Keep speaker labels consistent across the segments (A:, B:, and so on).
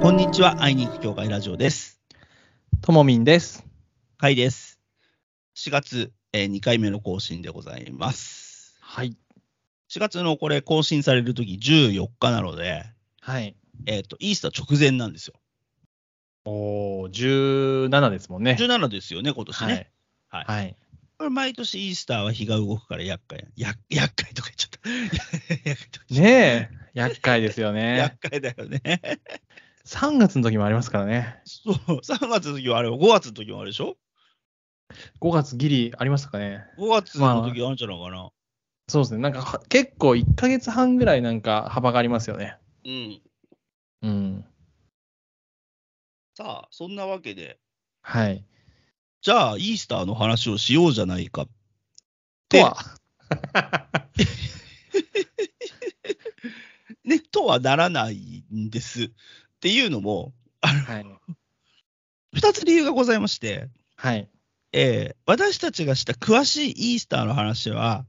A: こんにちは、愛に行く協会ラジオです。
B: ともみんです。
A: かいです。4月、え2回目の更新でございます。
B: はい。
A: 4月のこれ更新されるとき14日なので、
B: はい。
A: えっ、と、イースター直前なんですよ。
B: おお、17ですもんね。
A: 17ですよね、今年ね。
B: はい。
A: はい
B: はい。
A: これ毎年イースターは日が動くから厄介や。 や厄介とか言っちゃった。厄介とか言っちゃった
B: ねえ、 厄介ですよ ね。
A: 厄介だよね。
B: 3月の時もありますからね。
A: そう、3月の時はあれ、5月の時もあれでしょ
B: 5月ギリありましたかね。
A: ?5 月の時あるんじゃないかな。
B: そうですね。なんかは結構1ヶ月半ぐらいなんか幅がありますよね。
A: うん。
B: うん。
A: さあ、そんなわけで、
B: はい。
A: じゃあ、イースターの話をしようじゃないか。
B: とは。
A: ね、とはならないんです。っていうのも、
B: はい。
A: 2つ理由がございまして、
B: はい。
A: えー私たちがした詳しいイースターの話は、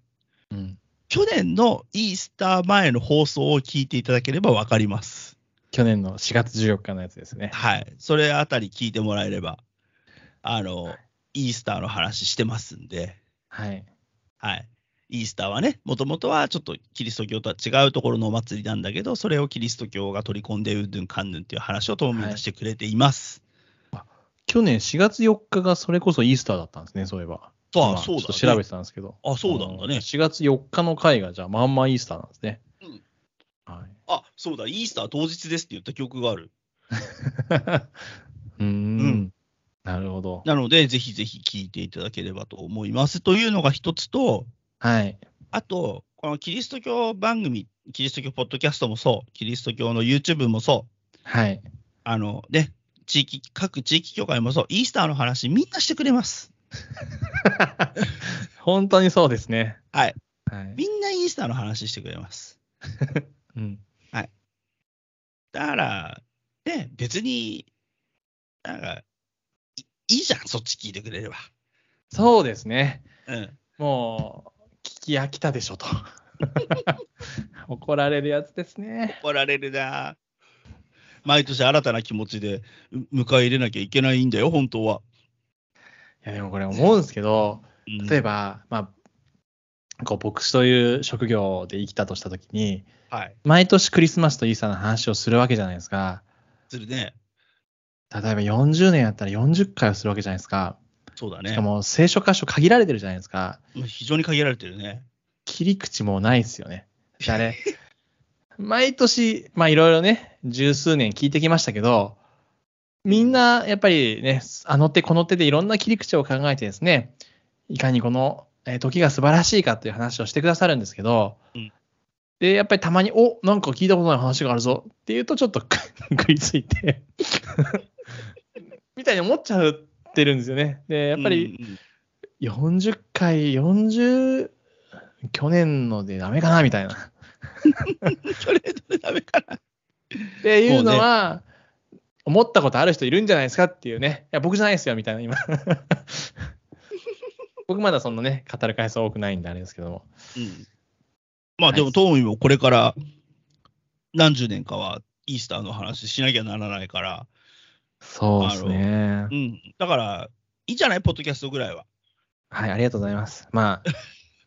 B: うん。
A: 去年のイースター前の放送を聞いていただければわかります。
B: 去年の4月14日のやつですね。
A: はい。それあたり聞いてもらえれば、あの、イースターの話してますんで、
B: はい。
A: はい。イースターはね、もともとはちょっとキリスト教とは違うところのお祭りなんだけど、それをキリスト教が取り込んでうんぬんかんぬんっていう話をともみんなしてくれています。
B: 去年4月4日がそれこそイースターだったんですね、そういえば。
A: とは
B: 今
A: そう
B: ちょっ
A: だ
B: と調
A: ね
B: べてたんですけど。
A: あそうなんだね
B: あの4月4日の回が、じゃあ、まんまイースターなんですね。
A: うん
B: はい。
A: あ、そうだ、イースター当日ですって言った記憶がある。
B: うーん,、
A: ん
B: なるほど。
A: なので、ぜひぜひ聞いていただければと思います。というのが一つと、
B: はい。
A: あと、このキリスト教番組、キリスト教ポッドキャストもそう、キリスト教の YouTube もそう、
B: はい。
A: あのね、地域、各地域協会もそう、イースターの話みんなしてくれます。
B: 本当にそうですね。
A: はい。
B: はい。
A: みんなイースターの話してくれます。
B: うん。
A: だから、ね、別に、なんか、いいいじゃん、そっち聞いてくれれば。
B: そうですね。
A: うん。
B: もう、聞き飽きたでしょと。 怒られるやつですね。
A: 怒られるな毎年新たな気持ちでう迎え入れなきゃいけないんだよ、本当は。
B: いや、でもこれ思うんですけど、
A: うん
B: 例えば、まあ、こう牧師という職業で生きたとしたときに、
A: はい。
B: 毎年クリスマスとイースターの話をするわけじゃないですか。
A: するね。
B: 例えば40年やったら40回をするわけじゃないですか。
A: そうだ
B: し
A: ね
B: か。も聖書箇所限られてるじゃないですか。
A: 非常に限られてるね。
B: 切り口もないですよね。 であれ、毎年、まあいろいろね、十数年聞いてきましたけど、みんなやっぱりね、あの手この手でいろんな切り口を考えてですね、いかにこのえー時が素晴らしいかという話をしてくださるんですけど、
A: うん
B: で、やっぱりたまに、おなんか聞いたことない話があるぞっていうと、ちょっと 食いつ いて、みたいに思っちゃってるんですよね。で、やっぱり、
A: うんうん
B: 40回、40、去年のでダメかなみたいな。っ
A: それそれダメかな。
B: ていうのは、思ったことある人いるんじゃないですかっていうね。いや、僕じゃないですよ、みたいな、今。 僕まだそんなね、語る回数多くないんであれですけども。
A: うん。まあ
B: はい
A: でも、トーミーもこれから何十年かはイースターの話しなきゃならないから、
B: そうですね
A: う。ん。だから、いいじゃないポッドキャストぐらいは。
B: はい、ありがとうございます。まあ、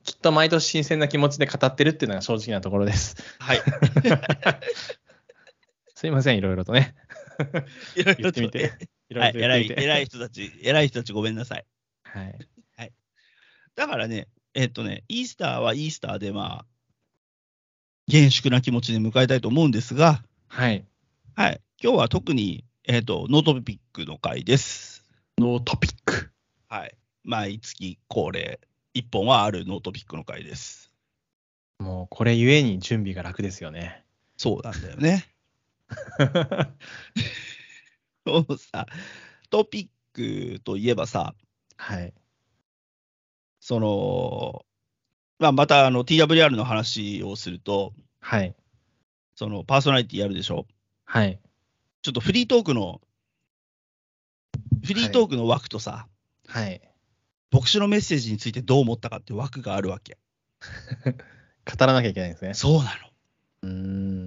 B: きっと毎年新鮮な気持ちで語ってるっていうのが正直なところです。
A: はい。
B: すいません、いろいろとね。
A: いろい
B: 言
A: ろ
B: っ
A: と
B: てみて。いろ
A: はいい、
B: ろと
A: 偉
B: 言って
A: い
B: み、て。
A: 偉い人たち、偉い人たちごめんなさい。
B: はい。
A: だからね、えっとね、イースターはイースターで、まあ、厳粛な気持ちで迎えたいと思うんですが、
B: はい。
A: はい、今日は特に、えっと、ノートピックの回です。
B: ノートピック。
A: はい。毎月恒例、1本はあるノートピックの回です。
B: もうこれゆえに準備が楽ですよね。
A: そうなんだよね。 そうさ、トピックといえばさ、
B: はい。
A: その、まあ、またあの TWR の話をすると、
B: はい。
A: そのパーソナリティやるでしょ。
B: はい。
A: ちょっとフリートークの、フリートークの枠とさ、
B: はい。
A: 牧師のメッセージについてどう思ったかっていう枠があるわけ。
B: 語らなきゃいけないんですね。
A: そうなの。
B: うー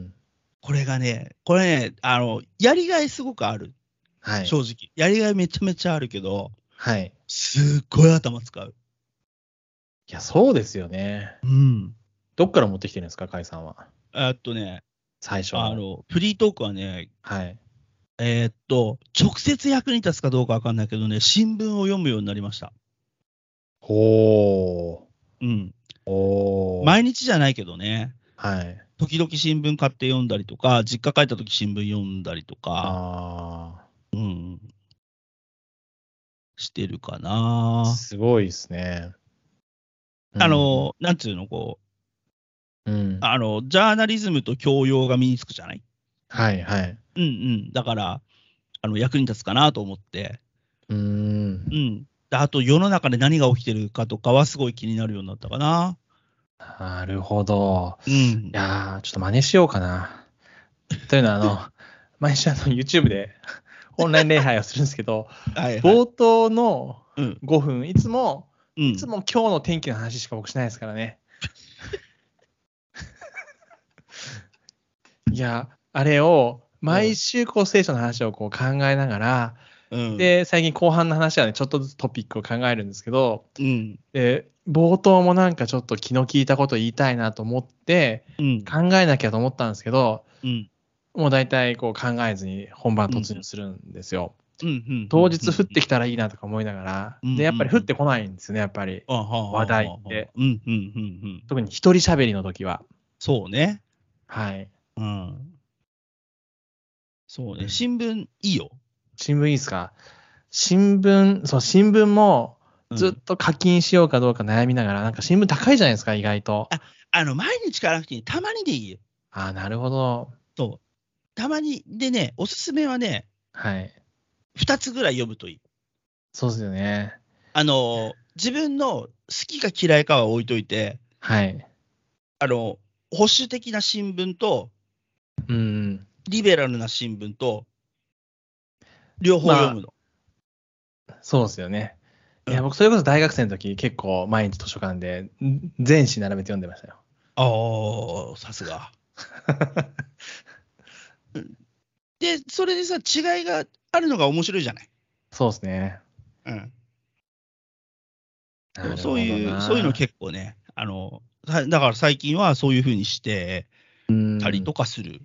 B: ん。
A: これがね、これね、あの、やりがいすごくある。
B: はい。
A: 正直。やりがいめちゃめちゃあるけど、
B: はい。
A: すっごい頭使う。
B: いや、そうですよね。
A: うん。
B: どっから持ってきてるんですか、甲斐さんは。
A: えっとね、
B: 最初
A: あの、フリートークはね、
B: はい。
A: えーっと、直接役に立つかどうかわかんないけどね、新聞を読むようになりました。
B: ほ
A: うん。
B: ー。ほー。
A: 毎日じゃないけどね、
B: はい。
A: 時々新聞買って読んだりとか、実家帰った時新聞読んだりとか、
B: あ
A: うん。してるか
B: あ。
A: な。
B: すごいですね。
A: あの、なんつうの、こう、
B: うん、うん。
A: あの、ジャーナリズムと教養が身につくじゃない
B: はいはい。
A: うんうん。だから、あの、役に立つかなと思って、
B: うーん
A: う。ん。であと、世の中で何が起きてるかとかはすごい気になるようになったかな。
B: なるほど。
A: うん
B: い。やー、ちょっと真似しようかな。というのは、あ の、毎週あの YouTube で オンライン礼拝をするんですけど、
A: はいはい
B: 冒頭の
A: うん
B: 5分、いつも、
A: うん
B: いつも今日の天気の話しか僕しないですからね。 いや、あれを、毎週こう聖書の話をこう考えながら、
A: うん、
B: で、最近後半の話はね、ちょっとずつトピックを考えるんですけど、
A: うん、
B: で、冒頭もなんかちょっと気の利いたこと言いたいなと思って、
A: うん、
B: 考えなきゃと思ったんですけど、
A: うん、
B: もう大体こう考えずに本番突入するんですよ。
A: うん、
B: 当日降ってきたらいいなとか思いながら、
A: うん
B: で、やっぱり降ってこないんですよね、やっぱり。話
A: 話
B: 題って。
A: うん、うん、うん、うん。
B: 特に一人喋りの時は。
A: そうね。
B: はい。
A: うん。そう
B: う
A: ね。
B: ん
A: 新聞いいよ。
B: 新聞いいですか新聞、そう、新聞も
A: うん
B: ずっと課金しようかどうか悩みながら、なんか新聞高いじゃないですか、意外と。
A: あの、毎日からなくていいたまにでいいよ。
B: ああ、なるほど。
A: そう。たまに。でね、おすすめはね、
B: はい。
A: 2つぐらい読むといい。
B: そうですよね。
A: あの、自分の好きか嫌いかは置いといて、
B: はい。
A: あの、保守的な新聞と、
B: うん。
A: リベラルな新聞と、両方読むの。
B: そうですよね。いや、
A: うん
B: 僕、それこそ大学生の時、結構毎日図書館でん全紙並べて読んでましたよ。
A: ああ、さす が。で、それでさ、違いがあるのが面白いじゃない。
B: そうですね。
A: うん、
B: なるほどな
A: そういう、そういうの結構ね、あの、さだから最近はそういうふうにしてたりとかする。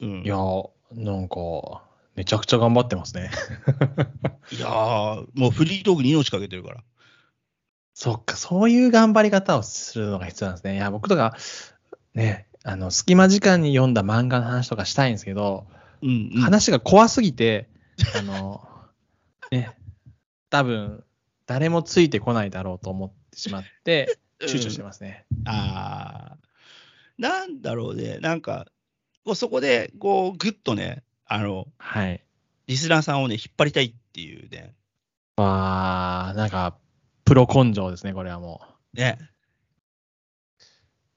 A: うん
B: いやー、なんか、めちゃくちゃ頑張ってますね。
A: いやー、もうフリートークに命かけてるから。
B: そっか、そういう頑張り方をするのが必要なんですね。いや、僕とか、ね、あの、隙間時間に読んだ漫画の話とかしたいんですけど、
A: うん、うん。
B: 話が怖すぎて、あの、 ね、多分、誰もついてこないだろうと思ってしま って、躊躇して
A: ま
B: ますね。
A: す。あーなんだろうね、なんか、こうそこで、こう、ぐっとね、あの、
B: はい。
A: リスナーさんをね、引っ張りたいっていうね、
B: わあ、なんか、プロ根性ですね、これはも
A: ね。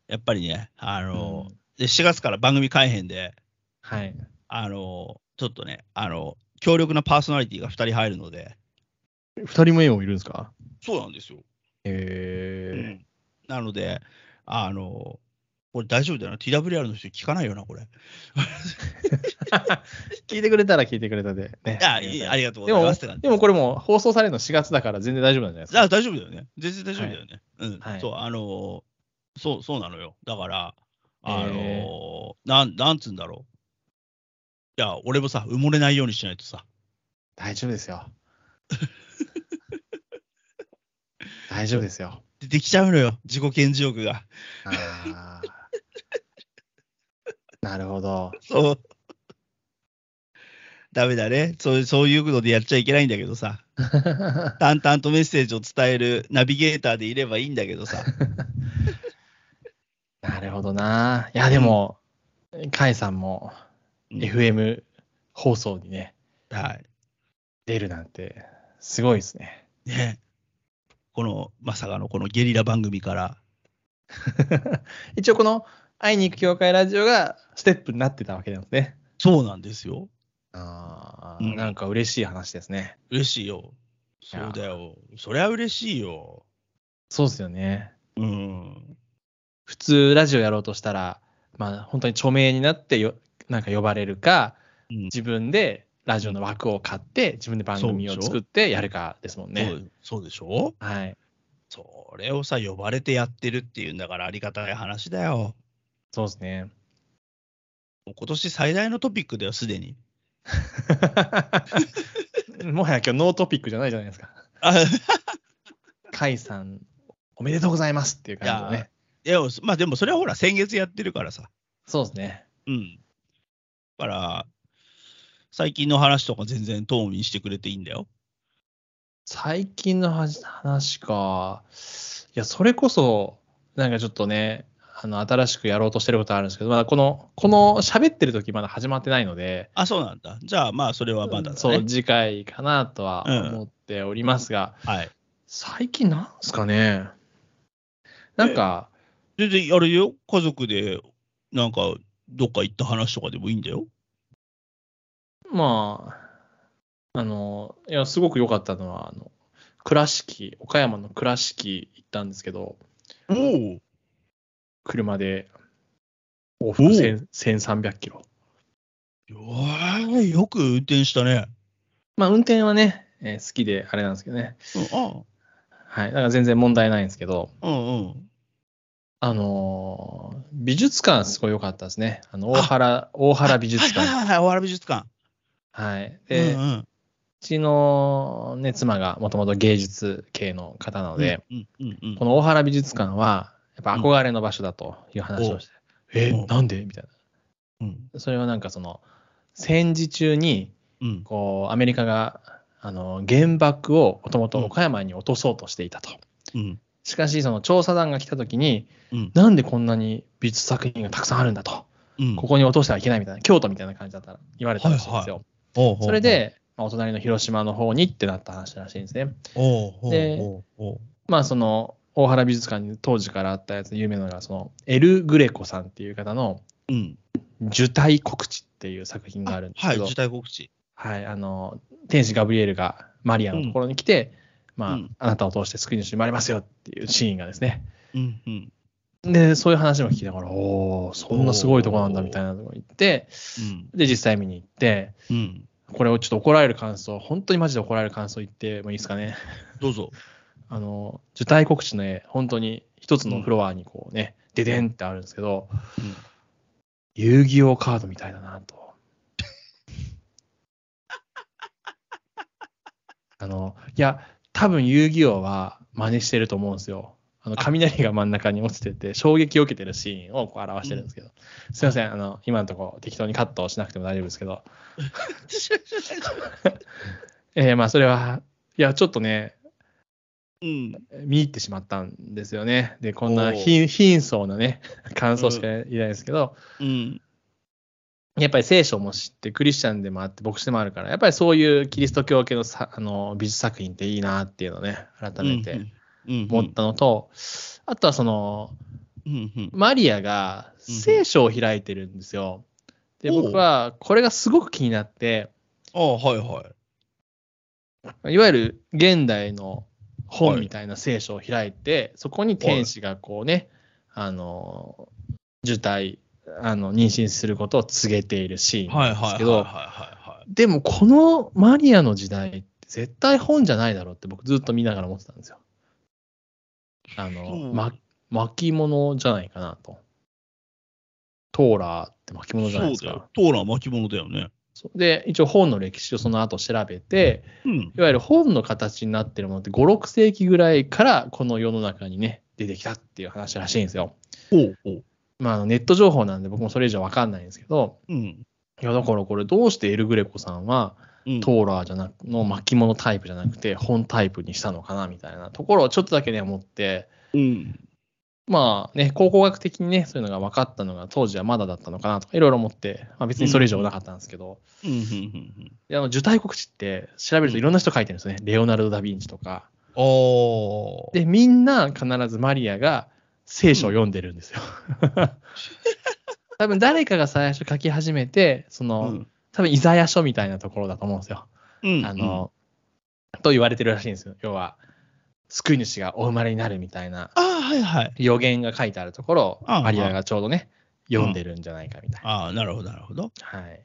A: やっぱりね、あ
B: う。
A: の、
B: うん
A: で4月から番組改編で、
B: はい。
A: あの、ちょっとね、あの、強力なパーソナリティが2人入るので、
B: 二人目もいるんですか
A: そうなんですよ。う
B: へえ。
A: ん、なので、あの、これ大丈夫だよな、TWR の人聞かないよな、これ。
B: 聞いてくれたら聞いてくれたで。ね、
A: あいいありがとうご
B: で
A: ざい
B: も
A: ますって感、じ。
B: でもこれもう放送されるの4月だから全然大丈夫なんじゃないですか。
A: あ大丈夫だよね。全然大丈夫だよね。うん、
B: はい
A: そう、あの、そう、そうなのよ。だから、あ
B: へ
A: の、なん、なんつうんだろう。いや、俺もさ、埋もれないようにしないとさ。
B: 大丈夫ですよ。大丈夫で すよ。
A: 出てきちゃうのよ、自己顕示欲が。
B: あーなるほど。
A: そう。ダメだねそういう。そういうのでやっちゃいけないんだけどさ。淡々とメッセージを伝えるナビゲーターでいればいいんだけどさ。
B: なるほどな。いや、でも、カイさんも
A: うん
B: FM 放送にね、
A: は
B: 出るなんて、すごいですね。
A: い。ね。この、まさかのこのゲリラ番組から。
B: 一応この会いに行く教会ラジオがステップになってたわけなんですね。
A: そうなんですよ。
B: あ
A: うん
B: ーなんか嬉しい話ですね。
A: 嬉しいよ。そうだよ。そりゃ嬉しいよ。
B: そうですよね。
A: うん。
B: 普通ラジオやろうとしたら、まあ、本当に著名になってよ、なんか呼ばれるか、
A: うん
B: 自分でラジオの枠を買って、自分で番組
A: そう
B: を
A: でしょ
B: 作ってやるかですもん
A: そ
B: ね。
A: うそうでしょ
B: はい。
A: それをさ、呼ばれてやってるっていうんだからありがたい話だよ。
B: そうです ね。
A: もう今年最大のトピックだよ、すでに。
B: もはや今日ノートピックじゃないじゃないですか。
A: あ
B: 甲斐さん、おめでとうございますっていう感じの
A: いや
B: ね。
A: いやまあでもそれはほら、先月やってるからさ。
B: そうですね。
A: うん。だから、最近の話とか全然トーミンしてくれていいんだよ。
B: 最近のはじ話か。いや、それこそ、なんかちょっとね、あの、新しくやろうとしてることあるんですけど、まだこの、この喋ってる時まだ始まってないので、
A: あ、そうなんだ。じゃあまあ、それはまだだね。
B: そう、次回かなとは
A: うん
B: 思っておりますが、
A: はい。
B: 最近なんすかね。なんか、
A: 全然あれよ、家族で、なんか、どっか行った話とかでもいいんだよ。
B: まあ、あの、いや、すごく良かったのは、あの、倉敷、岡山の倉敷行ったんですけど、
A: おお
B: 車で往
A: お
B: 復
A: う
B: 1000 1300キロ。
A: よく運転したね。
B: まあ、運転はね、えー好きであれなんですけどね。
A: うん、
B: はい。だから全然問題ないんですけど、
A: あうんうん。
B: あのー美術館すごい良かったですね。あの、大原、大原美術
A: はいは
B: 館。
A: いはい、大原美術館。
B: はい。で、
A: う
B: うん
A: うん
B: ちのね、妻がもともと芸術系の方なので、
A: うんうんうん
B: この大原美術館は、やっぱ憧れの場所だという話をして、え
A: うん
B: なんでみたい
A: うん
B: な。それはなんかその、戦時中に、
A: うん
B: こう、アメリカが、あの、原爆をもともと岡山に落とそうとしていたと。
A: うん
B: しかし、その調査団が来た時に、
A: うん
B: なんでこんなに美術作品がたくさんあるんだと。
A: うん
B: ここに落としてはいけないみたいな、京都みたいな感じだったら言われたらしいんですよ。
A: ほうほうほう
B: それで、まあ、お隣の広島の方にってなった話らしいんですね。
A: ほうほう
B: で
A: ほうほ
B: まあ、その、大原美術館に当時からあったやつ、有名なのが、その、エル・グレコさんっていう方の、
A: ううん
B: 受胎告知っていう作品があるんです
A: は
B: け
A: い、
B: ど、
A: 受胎告知。
B: はい、あの、天使ガブリエルがマリアのところに来て、まあ、
A: うん
B: あなたを通して救い主生まれますよっていうシーンがですね、
A: うんうん
B: で、そういう話も聞きながら、おおそんなすごいとこなんだみたいなとこ行って、
A: うん
B: で、実際見に行って、
A: うん
B: これをちょっと怒られる感想、本当にマジで怒られる感想言ってもいいですかね。
A: どうぞ。
B: あの、受胎告知の絵、本当に一つのフロアにこうね、ででんってあるんですけど、
A: うん
B: 遊戯王カードみたいだな と。あの、いや、多分遊戯王は真似してると思うんですよ。あの、雷が真ん中に落ちてて、衝撃を受けてるシーンをこう表してるんですけど。すいません、あの、今のところ適当にカットしなくても大丈夫で すけど。 えー、まあ、それは、いや、ちょっとね、
A: うん
B: 見入ってしまったんですよね。で、こん
A: お
B: な
A: ー
B: 貧貧相なね、感想しか言えないですけど、
A: うん
B: やっぱり聖書も知って、クリスチャンでもあって、牧師でもあるから、やっぱりそういうキリスト教系のさあの美術作品っていいなっていうのをね、改めて
A: うん
B: 思ったのと、あとはその、
A: うんうん
B: マリアが聖書を開いてるんですよ。で、
A: おう
B: 僕はこれがすごく気になって、
A: ああ、はいはい。
B: いわゆる現代の本みたいな聖書を開いて、そこに天使がこうね、あの、受胎、あの、妊娠することを告げているシーン
A: はい
B: なん
A: はいは
B: です
A: いはい
B: けど、
A: は
B: でもこのマリアの時代って絶対本じゃないだろうって僕ずっと見ながら思ってたんですよ。あ
A: そ
B: の、
A: う
B: ま、巻物じゃないかなと。トーラーって巻
A: いは
B: 物
A: い。
B: じゃない
A: そう
B: です
A: だよ
B: か。。
A: トーラー巻物だよね。
B: そうで、一応本の歴史をその後調べて、
A: うん。
B: いわゆる本の形になってるものって5、6世紀ぐらいからこの世の中にね、出てきたっていう話らしいんですよ。
A: おうおう。
B: まああの、ネット情報なんで僕もそれ以上わかんないんですけど、
A: うん。
B: いや、だからこれどうしてエルグレコさんは、
A: うん
B: トーラーじゃなくの巻物タイプじゃなくて本タイプにしたのかなみたいなところをちょっとだけね思って
A: うん。
B: まあね考古学的にねそういうのが分かったのが当時はまだだったのかなとかいろいろ思って、まあ、別にそれ以上なかったんですけど、
A: うんうんうんうん。
B: であの受胎告知って調べるといろんな人書いてるんですよね、レオナルド・ダ・ヴィンチとか
A: おー。
B: でみんな必ずマリアが聖書を読んでる んですよ多分誰かが最初書き始めてその、
A: うん
B: 多分イザヤ書みたいなところだと思うんですよ
A: うん
B: あの、と言われてるらしいんですよ。要は、救い主がお生まれになるみたいな
A: ああ、はいはい。
B: 予言が書いてあるところを、
A: ああ
B: マリアがちょうどね、読んでるんじゃないかみたいな。
A: ああ、なるほど、なるほど。
B: はい。
A: うん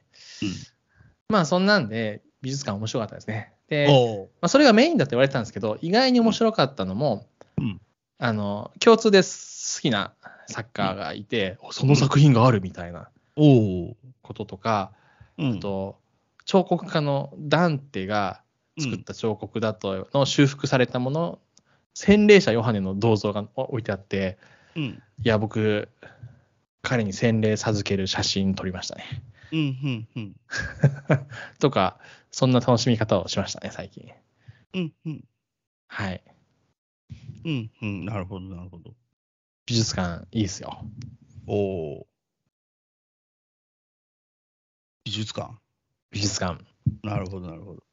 B: まあそんなんで、美術館面白かったですね。で、
A: おう
B: まあ、それがメインだって言われてたんですけど、意外に面白かったのも、
A: うん
B: あの共通で好きなサッカーがいて、おその作品があるみたいな
A: おう。
B: こととか、
A: うん
B: あ。と彫刻家のダンテが作った彫刻だとの修復されたもの、洗礼者ヨハネの銅像が置いてあって、
A: うん。
B: いや、僕、彼に洗礼授ける写真撮りましたね。
A: うん。うん。うん。
B: とか、そんな楽しみ方をしましたね、最近。
A: うん。うん。
B: はい。
A: うん。うん。なるほど、なるほど。
B: 美術館、いいですよ。
A: おお。美術館。
B: 美術館。
A: なるほど、なるほど。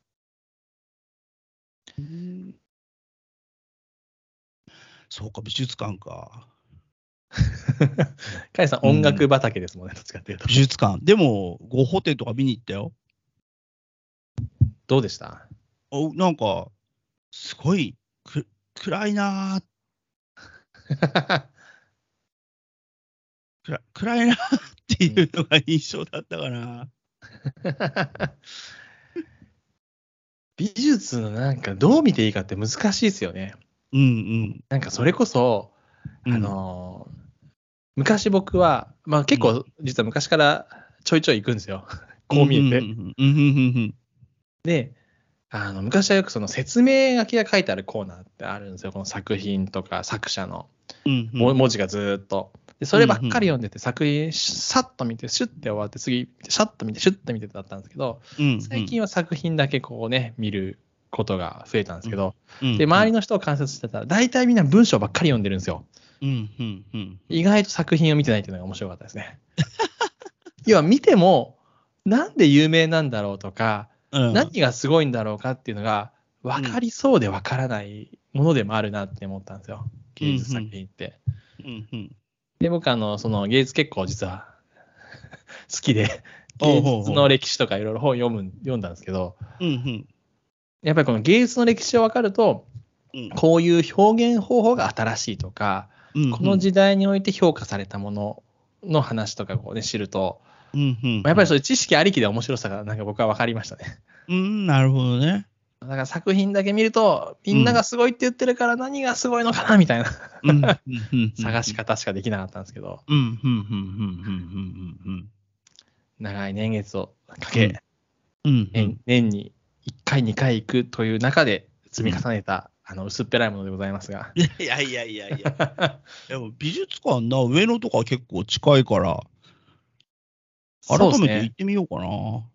A: うんそうか、美術館か。
B: カイさん、
A: うん
B: 音楽畑ですもんね、どっちかっていうと
A: 美。術館。でも、ゴッホ展とか見に行ったよ。
B: どうでした
A: おなんか、すごいく暗いなー暗、暗いなーっていうのが印象だったかな。
B: 美術のなんかどう見ていいかって難しいですよね。
A: うんうん。
B: なんかそれこそ、
A: うん
B: あ、のー昔僕は、まあ結構実は昔からちょいちょい行くんですよ。 こう見えて。
A: うんうんうん
B: で、あの昔はよくその説明書きが書いてあるコーナーってあるんですよ。この作品とか作者の。
A: うんうんうんうん
B: も文字がずーっと。で、そればっかり読んでて、作品、さっと見て、シュッて終わって、次、シャッと見て、シュッて見てだったんですけど、
A: うんうん
B: 最近は作品だけこうね、見ることが増えたんですけど、
A: うん
B: で、周りの人を観察してたら、大体みんな文章ばっかり読んでるんですよ。
A: うんうんうん
B: 意外と作品を見てないっていうのが面白かったですね。 要は見ても、なんで有名なんだろうとか、
A: うん。
B: 何がすごいんだろうかっていうのが、分かりそうで分からないものでもあるなって思ったんですよ。芸術作品って。
A: うんうん
B: で、僕、あの、その芸術結構実は 好きで、
A: おうほう
B: 芸
A: ほ
B: 術
A: う
B: の歴史とかいろいろ本読む、読んだんですけど、
A: うん
B: やっぱりこの芸術の歴史を分かると、
A: うん
B: こういう表現方法が新しいとか、
A: うん。
B: この時代において評価されたものの話とかをね、知ると、
A: うんうんうん
B: やっぱりそういう知識ありきで面白さがなんか僕は分かりましたね。
A: うん、なるほど ね。
B: だから作品だけ見ると、みんながすごいって言ってるから何がすごいのかなみたいな
A: うんうんうんうん
B: 探し方しかできなかったんですけど、
A: うんうんうんうん
B: 長い年月をか
A: うん
B: け、
A: うんうんうんうん
B: 年年に1回、2回行くという中で積み重ねた、あの薄っぺらいものでございますが、
A: いやいやいやいや。 でも美術館な、上野とか結構近いから、
B: そうで
A: 改
B: す
A: めて行
B: ね
A: っ、てみようかな。
B: も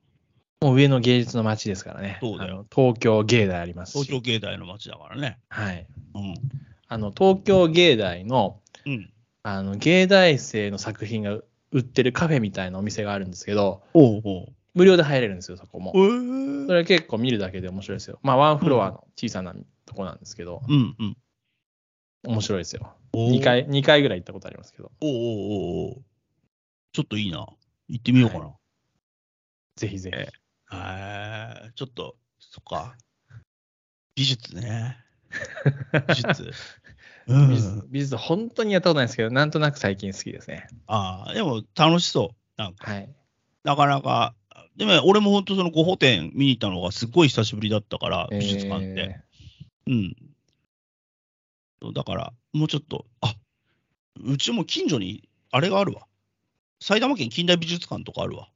B: う上の芸術の街ですからね、
A: そうだよ
B: あの東京芸大ありますし、
A: 東京芸大の街だからね。
B: はい、
A: うん。
B: あの東京芸大の
A: うん。
B: あの芸大生の作品が売ってるカフェみたいなお店があるんですけど、
A: おうおう。
B: 無料で入れるんですよ、そこも
A: え。ー
B: それ結構見るだけで面白いですよ。まあ、ワンフロアの小さなとこなんですけど、
A: うんうん。
B: 面白いですよ。
A: おー
B: 2。回、二回ぐらい行ったことありますけど、
A: おうおうおうおうちょっといいな。行ってみようかな。
B: ぜひぜひ。
A: えー、ちょっと、そっ か。美術ね。美術。 う
B: 美術
A: ん。
B: 美術本当にやったことないですけど、なんとなく最近好きですね。
A: ああ、でも楽しそう。なんか、
B: はい。
A: なかなか。でも、俺も本当その五保展見に行ったのがすごい久しぶりだったから、美術館って。うん。だから、もうちょっと、あうちも近所にあれがあるわ。埼玉県近代美術館とかあるわ。
B: えー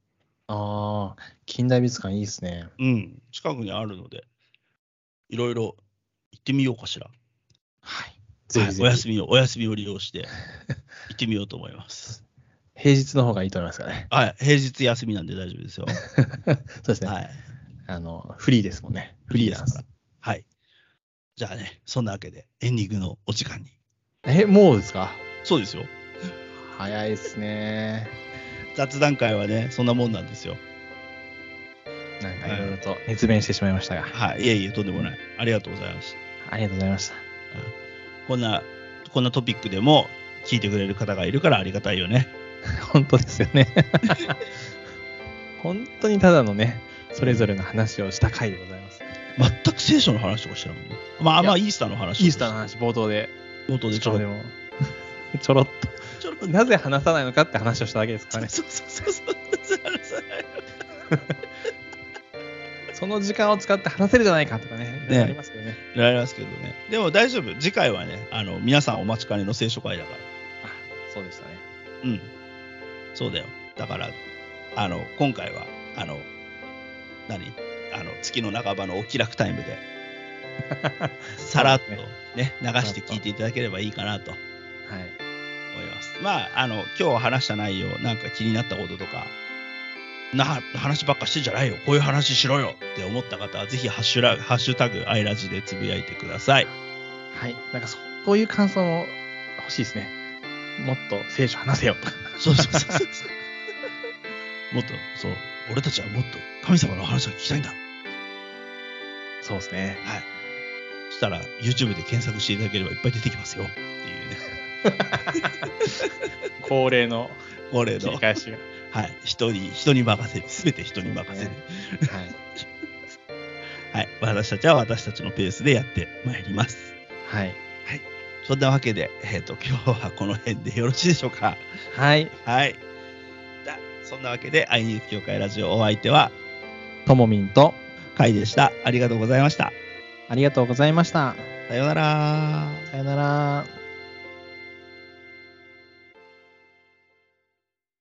B: ああ、近代美術館いいですね。
A: うん。近くにあるので、いろいろ行ってみようかしら。
B: はい。ぜ
A: は
B: ひ
A: い
B: ぜひ、
A: お休みを、お休みを利用して、行ってみようと思います。
B: 平日の方がいいと思いますからね。
A: はい、平日休みなんで大丈夫ですよ。
B: そうですね、
A: はい、
B: あの。フリーですもんね。フ
A: フリ
B: リ
A: ー
B: ー
A: で
B: ラ
A: す
B: ン
A: から。。
B: ス
A: はい。じゃあね、そんなわけで、エンディングのお時間に。
B: え、もうですか
A: そうですよ。
B: 早いですね。
A: 雑談会はね、そんなもんなんですよ。
B: なんかいろいろと熱弁してしまいましたが、
A: はい、いえいえ、とんでもない。ありがとうございました。
B: ありがとうございま した。
A: こんな、こんなトピックでも聞いてくれる方がいるからありがたいよね。
B: 本当ですよね。 本当にただのね、それぞれの話をした回でございます。
A: 全く聖書の話とかしてないもんね。まあ、
B: い
A: ま
B: や
A: あ、イースターの話。
B: イースターの。話、冒頭で、
A: 冒頭で
B: ち
A: ち
B: ょ
A: ょ
B: ろ
A: ろ
B: でも、ちょろっと
A: ちょろ
B: なぜ話さないのかって話をしただけですからね。
A: そうそうそうそう。そうそう
B: その時間を使って話せるじゃないかとかね、いろいろありますけどね。
A: なりますけどね。でも大丈夫。次回はね、あの、皆さんお待ちかねの聖書会だか
B: あそうでしたね。
A: ら。うん。そうだよ。だから、あの、今回は、あの、何あの、月の半ばのお気楽タイム で、さらっと
B: そうです
A: ね、流して聞いていただければいいかなと思
B: はい。
A: います。まあ、あの、今日話した内容、なんか気になったこととか、な、話ばっかしてんじゃないよ。こういう話しろよって思った方は、ぜひハッシュラ、ハッシュタグ、アイラジでつぶやいてください。
B: はい。なんかそそういう感想も欲しいですね。もっと聖書話せよとか。
A: そうそうそうそうそう。もっと、そう、俺たちはもっと神様の話を聞きたいんだ。はい。
B: そうですね。
A: そしたら、YouTube で検索していただければいっぱい出てきますよ。っていうね、
B: 恒例の
A: これ
B: 切り
A: の、
B: 返しが。
A: はい、人に、人に任せる。すべて人に任せる。
B: はい。
A: はい、私たちは私たちのペースでやってまいります。
B: はい。
A: そんなわけで、えっ、と、今日はこの辺でよろしいでしょうか。
B: はい。
A: はい。じゃあそんなわけで、アイニュース協会ラジオお相手は、
B: ともみんと、
A: カイでした。ありがとうございました。
B: ありがとうございました。
A: さようなら。
B: さよなら。